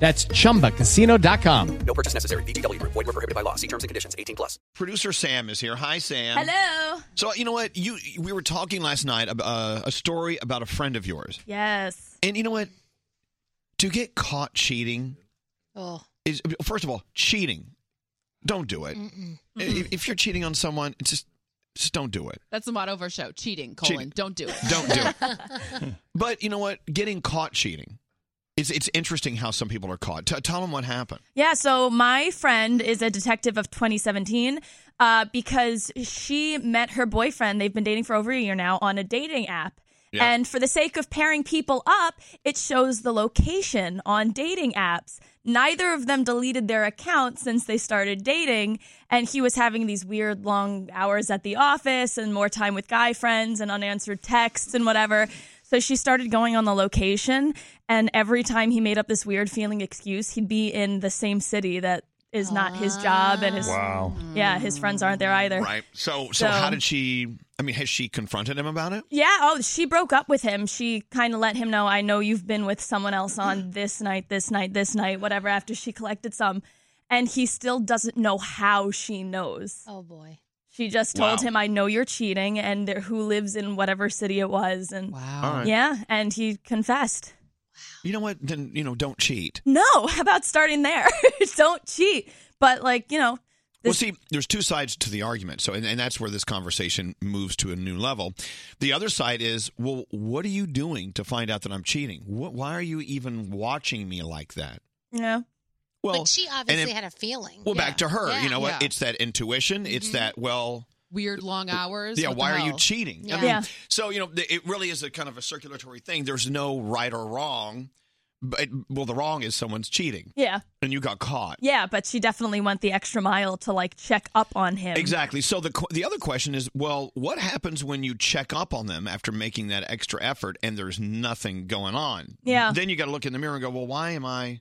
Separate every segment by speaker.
Speaker 1: That's chumbacasino.com.
Speaker 2: No purchase necessary. VGW Group. Void were prohibited by law. See terms and conditions. 18 plus.
Speaker 3: Producer Sam is here. Hi, Sam.
Speaker 4: Hello.
Speaker 3: So you know what? You we were talking last night about uh, a story about a friend of yours,
Speaker 4: Yes.
Speaker 3: and you know what? To get caught cheating
Speaker 4: Oh.
Speaker 3: is first of all cheating. Don't do it. If, if you're cheating on someone, it's just just don't do it.
Speaker 5: That's the motto of our show. Cheating, colon.
Speaker 3: Cheating.
Speaker 5: Don't do it.
Speaker 3: Don't do it. but you know what? Getting caught cheating. It's it's interesting how some people are caught. T- tell them what happened.
Speaker 4: Yeah, so my friend is a detective of 2017 uh, because she met her boyfriend, they've been dating for over a year now, on a dating app.
Speaker 3: Yeah.
Speaker 4: And for the sake of pairing people up, it shows the location on dating apps. Neither of them deleted their account since they started dating. And he was having these weird long hours at the office and more time with guy friends and unanswered texts and whatever. So she started going on the location. And every time he made up this weird feeling excuse, he'd be in the same city that is not his job. And his,
Speaker 6: Wow.
Speaker 4: yeah, his friends aren't there either.
Speaker 3: Right. So, so
Speaker 4: So-
Speaker 3: how did she? I mean, has she confronted him about it?
Speaker 4: Yeah. Oh, she broke up with him. She kind of let him know, I know you've been with someone else on this night, this night, this night, whatever, after she collected some. And he still doesn't know how she knows.
Speaker 7: Oh boy.
Speaker 4: She just
Speaker 3: Wow.
Speaker 4: told him, I know you're cheating and there- who lives in whatever city it was. And
Speaker 5: Wow.
Speaker 3: right.
Speaker 4: yeah, and he confessed.
Speaker 3: You know what? Then you know, don't cheat.
Speaker 4: No, how about starting there? Don't cheat. But, like, you know,
Speaker 3: Well,
Speaker 4: this-
Speaker 3: see, there's two sides to the argument. So, and, and that's where this conversation moves to a new level. The other side is, well, what are you doing to find out that I'm cheating? What, why are you even watching me like that?
Speaker 4: you know,
Speaker 3: Well,
Speaker 7: but she
Speaker 3: and
Speaker 7: obviously
Speaker 3: it-
Speaker 7: had a feeling.
Speaker 3: well, back to her.
Speaker 7: Yeah. Mm-hmm.
Speaker 3: you know what?
Speaker 5: Yeah.
Speaker 3: It's that intuition. It's that well.
Speaker 5: Weird long hours.
Speaker 3: Yeah,
Speaker 5: What the
Speaker 3: why are you
Speaker 5: hell?
Speaker 3: cheating? I
Speaker 7: Yeah.
Speaker 3: mean,
Speaker 4: Yeah.
Speaker 3: So, you know, th- it really is a kind of a circulatory thing. There's no right or wrong. But, well, the wrong is someone's cheating
Speaker 4: yeah,
Speaker 3: and you got caught.
Speaker 4: yeah, but she definitely went the extra mile to, like, check up on him.
Speaker 3: Exactly. So the qu- the other question is, well, what happens when you check up on them after making that extra effort and there's nothing going on?
Speaker 4: Yeah.
Speaker 3: Then you got to look in the mirror and go, well, why am I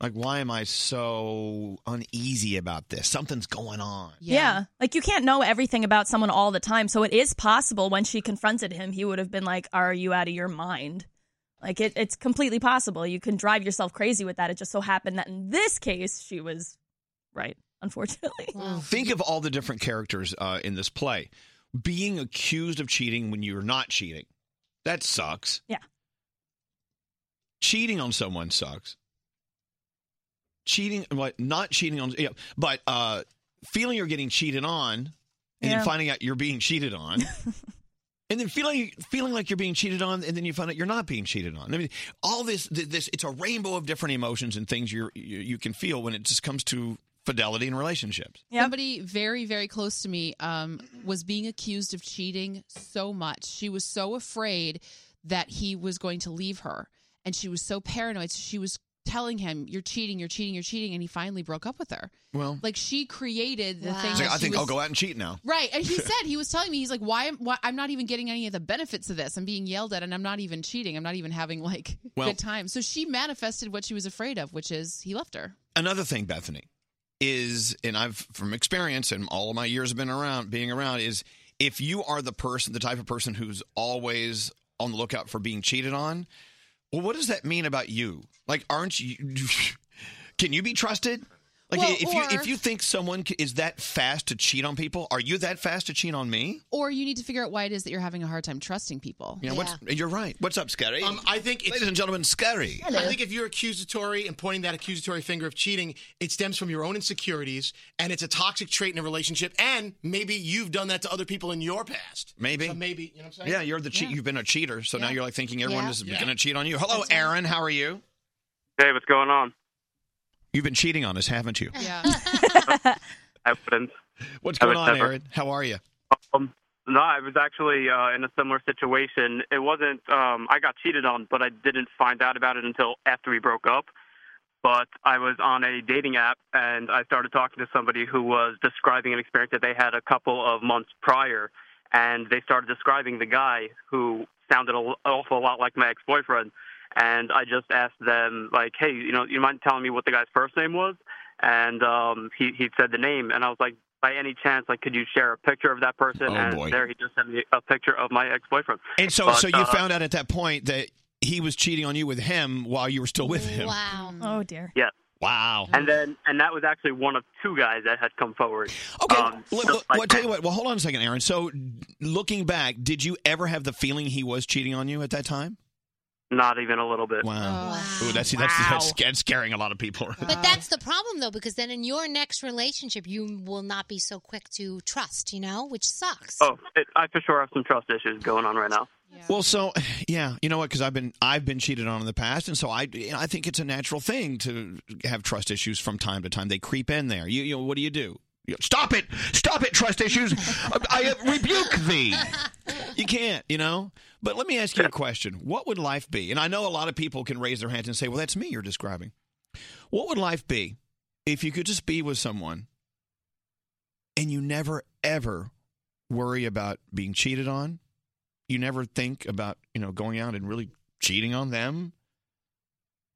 Speaker 3: like why am I so uneasy about this? Something's going on.
Speaker 4: Yeah. Like you can't know everything about someone all the time. So it is possible when she confronted him, he would have been like, Are you out of your mind? Like it, it's completely possible. You can drive yourself crazy with that. It just so happened that in this case, she was right, unfortunately.
Speaker 6: Mm.
Speaker 7: Wow.
Speaker 3: Think of all the different characters uh, in this play being accused of cheating when you're not cheating. That sucks.
Speaker 4: Yeah.
Speaker 3: Cheating on someone sucks. Cheating, like not cheating on, yeah, but uh, feeling you're getting cheated on, and
Speaker 4: Yeah.
Speaker 3: then finding out you're being cheated on, and then feeling feeling like you're being cheated on, and then you find out you're not being cheated on. I mean, all this th- this it's a rainbow of different emotions and things you're, you you can feel when it just comes to fidelity in relationships.
Speaker 4: Yep.
Speaker 5: Somebody very, very close to me um, was being accused of cheating so much. She was so afraid that he was going to leave her. And she was so paranoid. So she was telling him, You're cheating, you're cheating, you're cheating. And he finally broke up with her.
Speaker 3: Well,
Speaker 5: Like she created the
Speaker 7: Wow.
Speaker 5: thing.
Speaker 7: It's
Speaker 3: He's like,
Speaker 5: that
Speaker 3: I
Speaker 5: she
Speaker 3: think
Speaker 5: was-
Speaker 3: I'll go out and cheat now.
Speaker 5: Right. And he said, he was telling me, he's like, why, am, why I'm not even getting any of the benefits of this. I'm being yelled at and I'm not even cheating. I'm not even having like
Speaker 3: Well-
Speaker 5: good time. So she manifested what she was afraid of, which is he left her.
Speaker 3: Another thing, Bethany, is, and I've from experience and all of my years have been around, being around, is if you are the person, the type of person who's always on the lookout for being cheated on, well, what does that mean about you? Like, aren't you? Can you be trusted? Like,
Speaker 5: Well,
Speaker 3: if you
Speaker 5: or-
Speaker 3: if you think someone c- is that fast to cheat on people, are you that fast to cheat on me?
Speaker 5: Or you need to figure out why it is that you're having a hard time trusting people.
Speaker 3: You know, what's, you're right. What's up, Scary?
Speaker 8: Um, I think it's.
Speaker 3: Ladies and gentlemen, Scary.
Speaker 7: Hello.
Speaker 8: I think if you're accusatory and pointing that accusatory finger of cheating, it stems from your own insecurities, and it's a toxic trait in a relationship. And maybe you've done that to other people in your past.
Speaker 3: Maybe.
Speaker 8: So maybe you know what I'm saying.
Speaker 3: Yeah, you're the cheat. You've been a cheater, so now you're like thinking everyone
Speaker 7: Yeah.
Speaker 3: is
Speaker 8: Yeah.
Speaker 3: going to cheat on you. Hello, Aaron. How are you?
Speaker 9: Hey, what's going on?
Speaker 3: You've been cheating on us, haven't you?
Speaker 5: Yeah.
Speaker 9: Evidence.
Speaker 3: What's
Speaker 9: I
Speaker 3: going
Speaker 9: would
Speaker 3: on,
Speaker 9: never-
Speaker 3: Aaron? How are you?
Speaker 9: Um, no, I was actually uh, in a similar situation. It wasn't. Um, I got cheated on, but I didn't find out about it until after we broke up. but I was on a dating app and I started talking to somebody who was describing an experience that they had a couple of months prior. And they started describing the guy who sounded an awful lot like my ex boyfriend. And I just asked them, like, hey, you know, you mind telling me what the guy's first name was? And um, he, he said the name. And I was like, by any chance, like, could you share a picture of that person?
Speaker 3: Oh,
Speaker 9: and
Speaker 3: boy.
Speaker 9: there he just sent me a picture of my ex boyfriend.
Speaker 3: And so,
Speaker 9: But,
Speaker 3: so you
Speaker 9: uh,
Speaker 3: found out at that point that he was cheating on you with him while you were still with him.
Speaker 6: Wow.
Speaker 4: Oh dear.
Speaker 9: Yeah.
Speaker 3: Wow.
Speaker 9: And then, and that was actually one of two guys that had come forward.
Speaker 3: Okay.
Speaker 9: Um,
Speaker 3: let-
Speaker 9: just
Speaker 3: let-
Speaker 9: like
Speaker 3: well, tell you
Speaker 9: that.
Speaker 3: what. Well, hold on a second, Aaron. So, looking back, did you ever have the feeling he was cheating on you at that time?
Speaker 9: Not even a little bit.
Speaker 3: Wow.
Speaker 6: Wow.
Speaker 3: Ooh, that's, that's,
Speaker 4: Wow.
Speaker 3: that's that's scaring a lot of people.
Speaker 6: But that's the problem, though, because then in your next relationship, you will not be so quick to trust, you know, which sucks.
Speaker 9: Oh, it, I for sure have some trust issues going on right now.
Speaker 3: Well, so yeah, you know what? Because I've been I've been cheated on in the past, and so I you know, I think it's a natural thing to have trust issues from time to time. They creep in there. You, you know, what do you do? You- Stop it! Stop it! Trust issues. I, I rebuke thee. You can't, you know. But let me ask you a question: What would life be? And I know a lot of people can raise their hands and say, "Well, that's me." You're describing. What would life be if you could just be with someone, and you never ever worry about being cheated on? you never think about you know going out and really cheating on them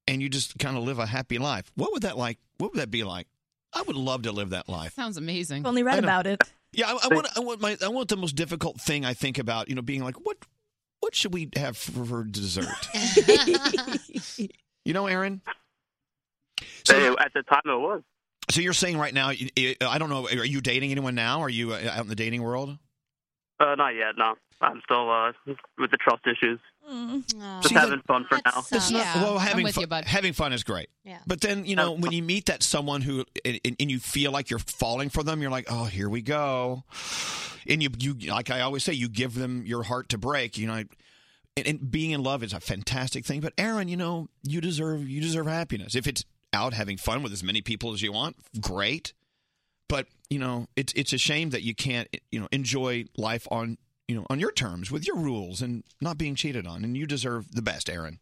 Speaker 3: and you just kind of live a happy life what would that like what would that be like i would love to live that life
Speaker 5: Sounds amazing.
Speaker 4: I've only read
Speaker 3: I know.
Speaker 4: about it.
Speaker 3: yeah i, I want i want my i want the most difficult thing i think about you know being like what what should we have for, for dessert you know aaron
Speaker 9: They-
Speaker 3: so,
Speaker 9: at the time, it was.
Speaker 3: so you're saying right now you- you- i don't know are you dating anyone now are you uh, out in the dating world
Speaker 9: Uh, not yet. No, I'm still uh, with the trust issues.
Speaker 4: Mm.
Speaker 6: Aw.
Speaker 9: Just
Speaker 3: See, that-
Speaker 9: having fun for
Speaker 6: that
Speaker 9: now.
Speaker 6: sucks.
Speaker 5: Yeah.
Speaker 3: well
Speaker 5: I'm
Speaker 3: having
Speaker 5: with
Speaker 3: fun,
Speaker 5: you, bud.
Speaker 3: having fun is great
Speaker 6: Yeah.
Speaker 3: But then you know when you meet that someone who and, and- and you feel like you're falling for them, you're like, oh, here we go, and you you like I always say, you give them your heart to break. You know, and, and being in love is a fantastic thing. But Aaron, you know, you deserve you deserve happiness if it's out having fun with as many people as you want. Great, but you know, it's it's a shame that you can't you know enjoy life on you know on your terms with your rules and not being cheated on. And you deserve the best, Aaron.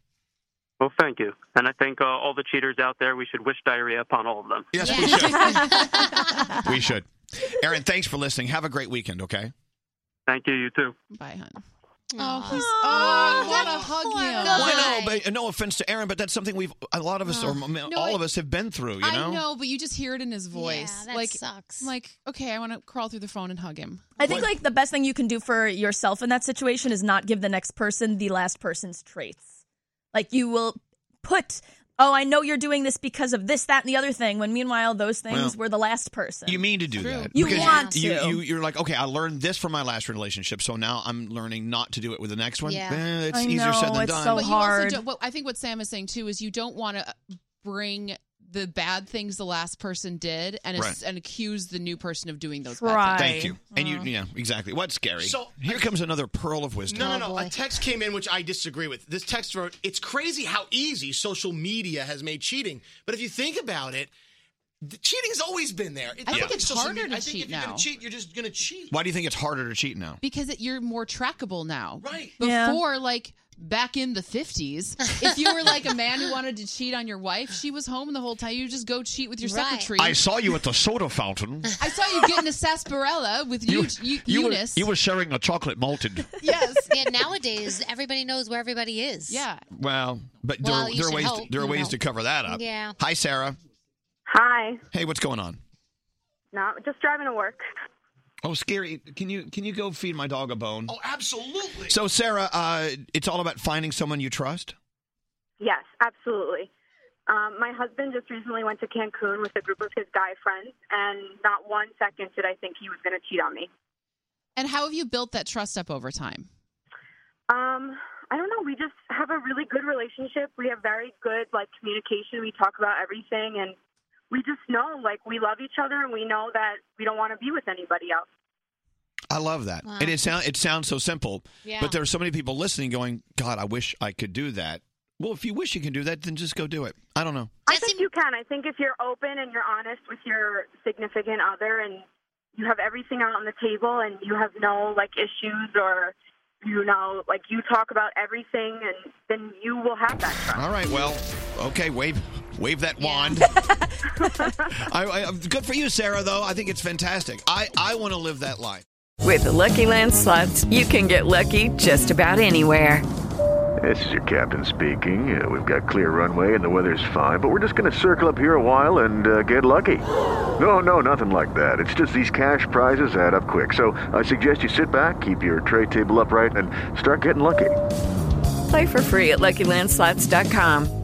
Speaker 9: Well, thank you. And I think uh, all the cheaters out there, we should wish diarrhea upon all of them.
Speaker 3: Yes,
Speaker 6: Yeah.
Speaker 3: we should. we should. Aaron, thanks for listening. Have a great weekend, okay?
Speaker 9: Thank you. You too.
Speaker 5: Bye, hon.
Speaker 6: Aw.
Speaker 5: Oh, he's, oh, I want
Speaker 6: that
Speaker 5: to hug
Speaker 6: poor
Speaker 5: you.
Speaker 6: guy.
Speaker 3: Well, I know,
Speaker 6: Bye.
Speaker 3: but uh, no offense to Aaron, but that's something we've a lot of us, or m-
Speaker 5: no,
Speaker 3: all
Speaker 5: I-
Speaker 3: of us, have been through. You know,
Speaker 5: I know, but you just hear it in his voice.
Speaker 6: Yeah, that
Speaker 5: like,
Speaker 6: sucks.
Speaker 5: I'm like, okay, I want to crawl through the phone and hug him.
Speaker 4: I think
Speaker 3: What-
Speaker 4: like the best thing you can do for yourself in that situation is not give the next person the last person's traits. Like you will put, oh, I know you're doing this because of this, that, and the other thing. When meanwhile those things
Speaker 3: Well,
Speaker 4: were the last person.
Speaker 3: you mean to do
Speaker 5: True.
Speaker 3: that.
Speaker 4: You
Speaker 3: because
Speaker 4: want
Speaker 3: you,
Speaker 4: to.
Speaker 3: You, you, are like, okay, I learned this from my last relationship, so now I'm learning not to do it with the next one.
Speaker 6: Yeah.
Speaker 3: Eh, it's
Speaker 4: I
Speaker 3: easier said
Speaker 4: know,
Speaker 3: than
Speaker 4: it's
Speaker 3: done.
Speaker 4: so
Speaker 5: but you
Speaker 4: hard.
Speaker 5: also don't. What, I think what Sam is saying too is you don't want to bring the bad things the last person did and
Speaker 3: Right.
Speaker 5: as- and accuse the new person of doing those
Speaker 4: Right.
Speaker 5: bad
Speaker 3: Thank you. And
Speaker 4: Mm-hmm.
Speaker 3: you, yeah, exactly. What's scary?
Speaker 8: So-
Speaker 3: here comes another pearl of wisdom.
Speaker 8: No, no,
Speaker 6: Oh,
Speaker 8: no.
Speaker 6: boy.
Speaker 8: A text came in which I disagree with. This text wrote, It's crazy how easy social media has made cheating. But if you think about it, the cheating's always been there. It-
Speaker 5: I think
Speaker 8: it's
Speaker 5: it's
Speaker 8: social
Speaker 5: harder
Speaker 8: media-
Speaker 5: to
Speaker 8: I think
Speaker 5: cheat
Speaker 8: if you're
Speaker 5: now.
Speaker 8: going to cheat, you're just going to cheat.
Speaker 3: Why do you think it's harder to cheat now?
Speaker 5: because it, you're more trackable now.
Speaker 8: Right.
Speaker 4: Yeah.
Speaker 5: Before, like back in the 50s, if you were like a man who wanted to cheat on your wife, she was home the whole time. You just go cheat with your
Speaker 6: Right.
Speaker 5: secretary.
Speaker 3: I saw you at the soda fountain.
Speaker 5: I saw you getting a sarsaparilla with you, you, Eunice.
Speaker 3: were sharing a chocolate malted.
Speaker 5: yes.
Speaker 6: Yeah, nowadays, everybody knows where everybody is.
Speaker 5: Yeah.
Speaker 3: Well, but there,
Speaker 6: Well,
Speaker 3: are,
Speaker 6: you
Speaker 3: there are
Speaker 6: should
Speaker 3: ways
Speaker 6: hope,
Speaker 3: there are
Speaker 6: you
Speaker 3: ways
Speaker 6: know.
Speaker 3: to cover that up.
Speaker 6: Yeah.
Speaker 3: Hi, Sarah.
Speaker 7: Hi.
Speaker 3: Hey, what's going on?
Speaker 7: Not just driving to work.
Speaker 3: Oh, scary. Can you can you go feed my dog a bone?
Speaker 8: Oh, absolutely.
Speaker 3: So, Sarah, uh, it's all about finding someone you trust.
Speaker 7: Yes, absolutely. Um, my husband just recently went to Cancun with a group of his guy friends, and not one second did I think he was going to cheat on me.
Speaker 5: And how have you built that trust up over time?
Speaker 7: Um, I don't know. We just have a really good relationship. We have very good like communication. We talk about everything, and we just know like we love each other, and we know that we don't want to be with anybody else.
Speaker 3: I love that.
Speaker 6: Wow.
Speaker 3: And it sound it sounds so simple,
Speaker 6: Yeah.
Speaker 3: but there are so many people listening going, "God, I wish I could do that." Well, if you wish you can do that, then just go do it. I don't know.
Speaker 7: I
Speaker 6: Jesse-
Speaker 7: think you can. I think if you're open and you're honest with your significant other and you have everything out on the table and you have no like issues or you know like you talk about everything and then you will have that trust.
Speaker 3: All right. Well, okay. Wave Wave that wand. I, I, good for you, Sarah, though. I think it's fantastic. I, I want to live that life.
Speaker 9: With the Lucky Land slots, you can get lucky just about anywhere.
Speaker 10: This is your captain speaking. Uh, we've got clear runway and the weather's fine, but we're just going to circle up here a while and uh, get lucky. No, no, nothing like that. It's just these cash prizes add up quick. So I suggest you sit back, keep your tray table upright, and start getting lucky.
Speaker 9: Play for free at LuckyLandSlots.com.